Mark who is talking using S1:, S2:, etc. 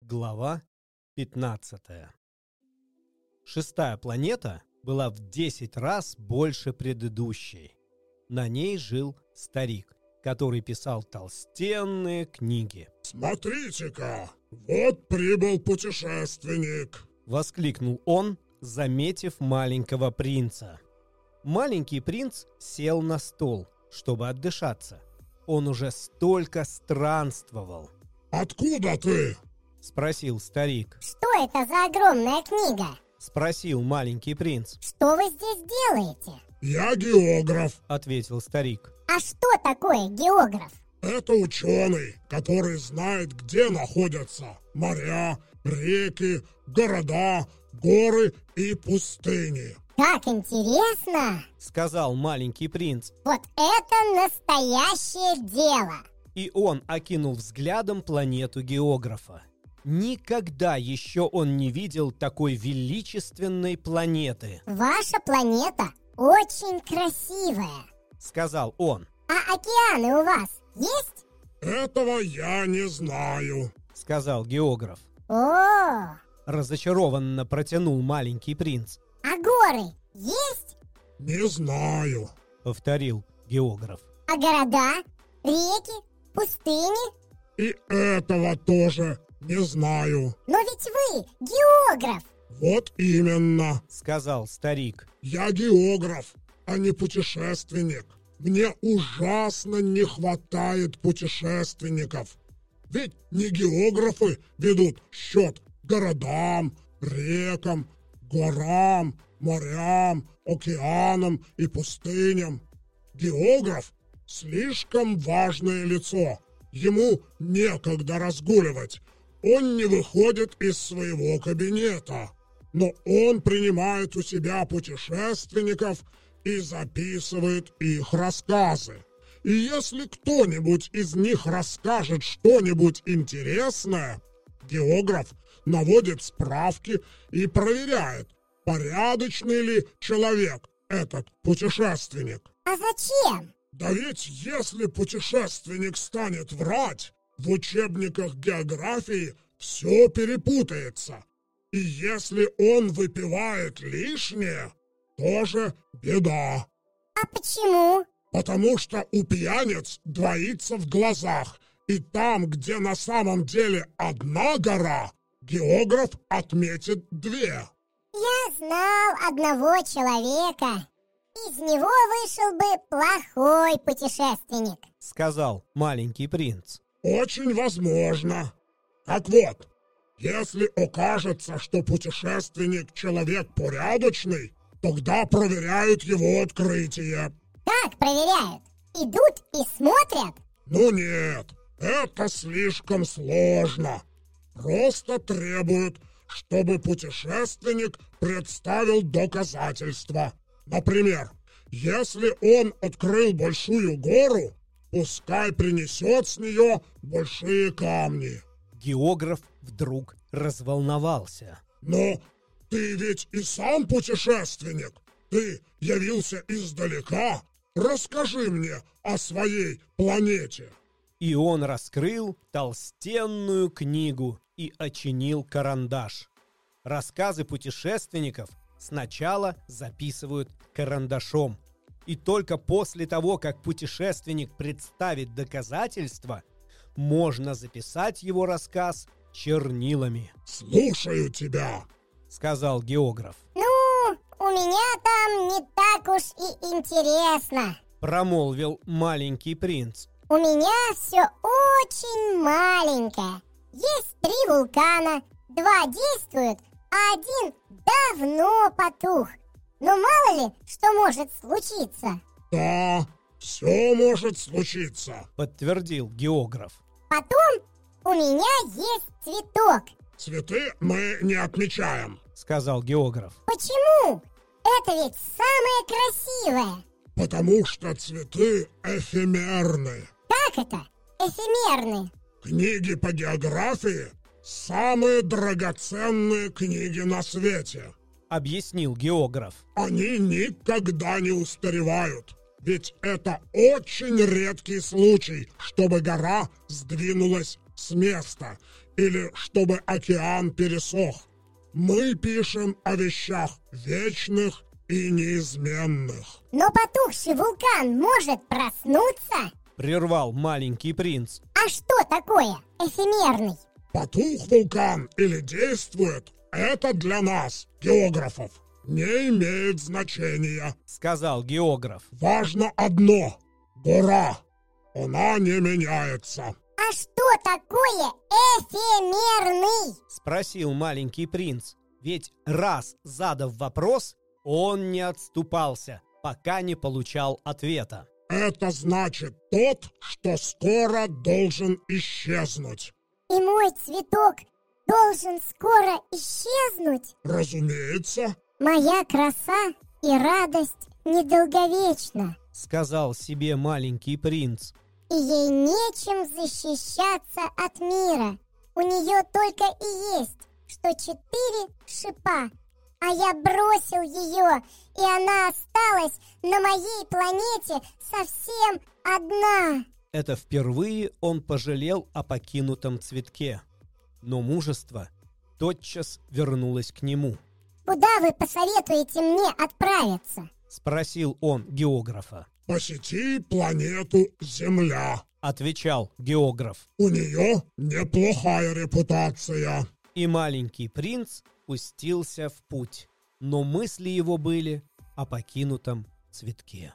S1: Глава 15. Шестая планета была в 10 раз больше предыдущей. На ней жил старик, который писал толстенные книги.
S2: Смотрите-ка, вот прибыл путешественник.
S1: Воскликнул он, заметив маленького принца. Маленький принц сел на стол, чтобы отдышаться. Он уже столько странствовал.
S2: Откуда ты?
S1: — спросил старик.
S3: Что это за огромная книга?
S1: — спросил маленький принц.
S3: Что вы здесь делаете?
S2: Я географ.
S1: — ответил старик.
S3: А что такое географ?
S2: Это ученый, который знает, где находятся моря, реки, города, горы и пустыни.
S3: Как интересно!
S1: — сказал маленький принц.
S3: Вот это настоящее дело!
S1: И он окинул взглядом планету географа. Никогда еще он не видел такой величественной планеты,
S3: Ваша планета очень красивая.
S1: сказал он,
S3: А океаны у вас есть?
S2: Этого я не знаю.
S1: сказал географ.
S3: О,
S1: Разочарованно протянул маленький принц,
S3: а горы есть?
S2: Не знаю.
S1: повторил географ.
S3: А города? Реки? Пустыни?
S2: И этого тоже не знаю.
S3: Но ведь вы географ!
S2: Вот именно.
S1: Сказал старик,
S2: Я географ, а не путешественник. Мне ужасно не хватает путешественников. Ведь не географы ведут счет городам, рекам, горам, морям, океанам и пустыням. Географ – слишком важное лицо. Ему некогда разгуливать. Он не выходит из своего кабинета. Но он принимает у себя путешественников и записывает их рассказы. И если кто-нибудь из них расскажет что-нибудь интересное, географ наводит справки и проверяет, порядочный ли человек этот путешественник.
S3: А зачем?
S2: Да ведь если путешественник станет врать, в учебниках географии все перепутается. И если он выпивает лишнее, тоже беда.
S3: А почему?
S2: Потому что у пьяниц двоится в глазах. И там, где на самом деле одна гора, географ отметит две.
S3: Я знал одного человека. Из него вышел бы плохой путешественник.
S1: сказал маленький принц.
S2: Очень возможно. Так вот, если окажется, что путешественник человек порядочный, тогда проверяют его открытие.
S3: Как проверяют? Идут и смотрят?
S2: Ну нет, это слишком сложно. Просто требуют, чтобы путешественник представил доказательства. Например, если он открыл большую гору, пускай принесет с нее большие камни.
S1: Географ вдруг разволновался.
S2: Но ты ведь и сам путешественник. Ты явился издалека. Расскажи мне о своей планете.
S1: И он раскрыл толстенную книгу и очинил карандаш. Рассказы путешественников сначала записывают карандашом. И только после того, как путешественник представит доказательства, можно записать его рассказ чернилами,
S2: Слушаю тебя.
S1: сказал географ.
S3: Ну, у меня там не так уж и интересно.
S1: Промолвил маленький принц.
S3: У меня все очень маленькое. Есть три вулкана, два действуют, а один давно потух. Но мало ли, что может случиться.
S2: Да, все может случиться.
S1: Подтвердил географ.
S3: Потом у меня есть цветок.
S2: Цветы мы не отмечаем,
S1: Сказал географ.
S3: Почему? Это ведь самое красивое.
S2: потому что цветы эфемерны.
S3: Как это? Эфемерный.
S2: Книги по географии – самые драгоценные книги на свете.
S1: Объяснил географ.
S2: они никогда не устаревают. Ведь это очень редкий случай, чтобы гора сдвинулась с места. или чтобы океан пересох. Мы пишем о вещах вечных и неизменных.
S3: Но потухший вулкан может проснуться?
S1: Прервал маленький принц.
S3: А что такое эфемерный?
S2: Потух вулкан или действует – это для нас, географов, не имеет значения.
S1: Сказал географ.
S2: Важно одно – гора. Она не меняется.
S3: А что такое эфемерный?
S1: Спросил маленький принц. Ведь раз задав вопрос, он не отступался, пока не получал ответа.
S2: Это значит тот, что скоро должен исчезнуть.
S3: И мой цветок должен скоро исчезнуть?
S2: Разумеется,
S3: Моя краса и радость недолговечна,
S1: Сказал себе маленький принц.
S3: и ей нечем защищаться от мира. У нее только и есть, что четыре шипа. А я бросил ее, и она осталась на моей планете совсем одна.
S1: Это впервые он пожалел о покинутом цветке. Но мужество тотчас вернулось к нему.
S3: Куда вы посоветуете мне отправиться?
S1: Спросил он географа.
S2: посети планету Земля.
S1: Отвечал географ.
S2: У нее неплохая репутация.
S1: И маленький принц пустился в путь. Но мысли его были о покинутом цветке.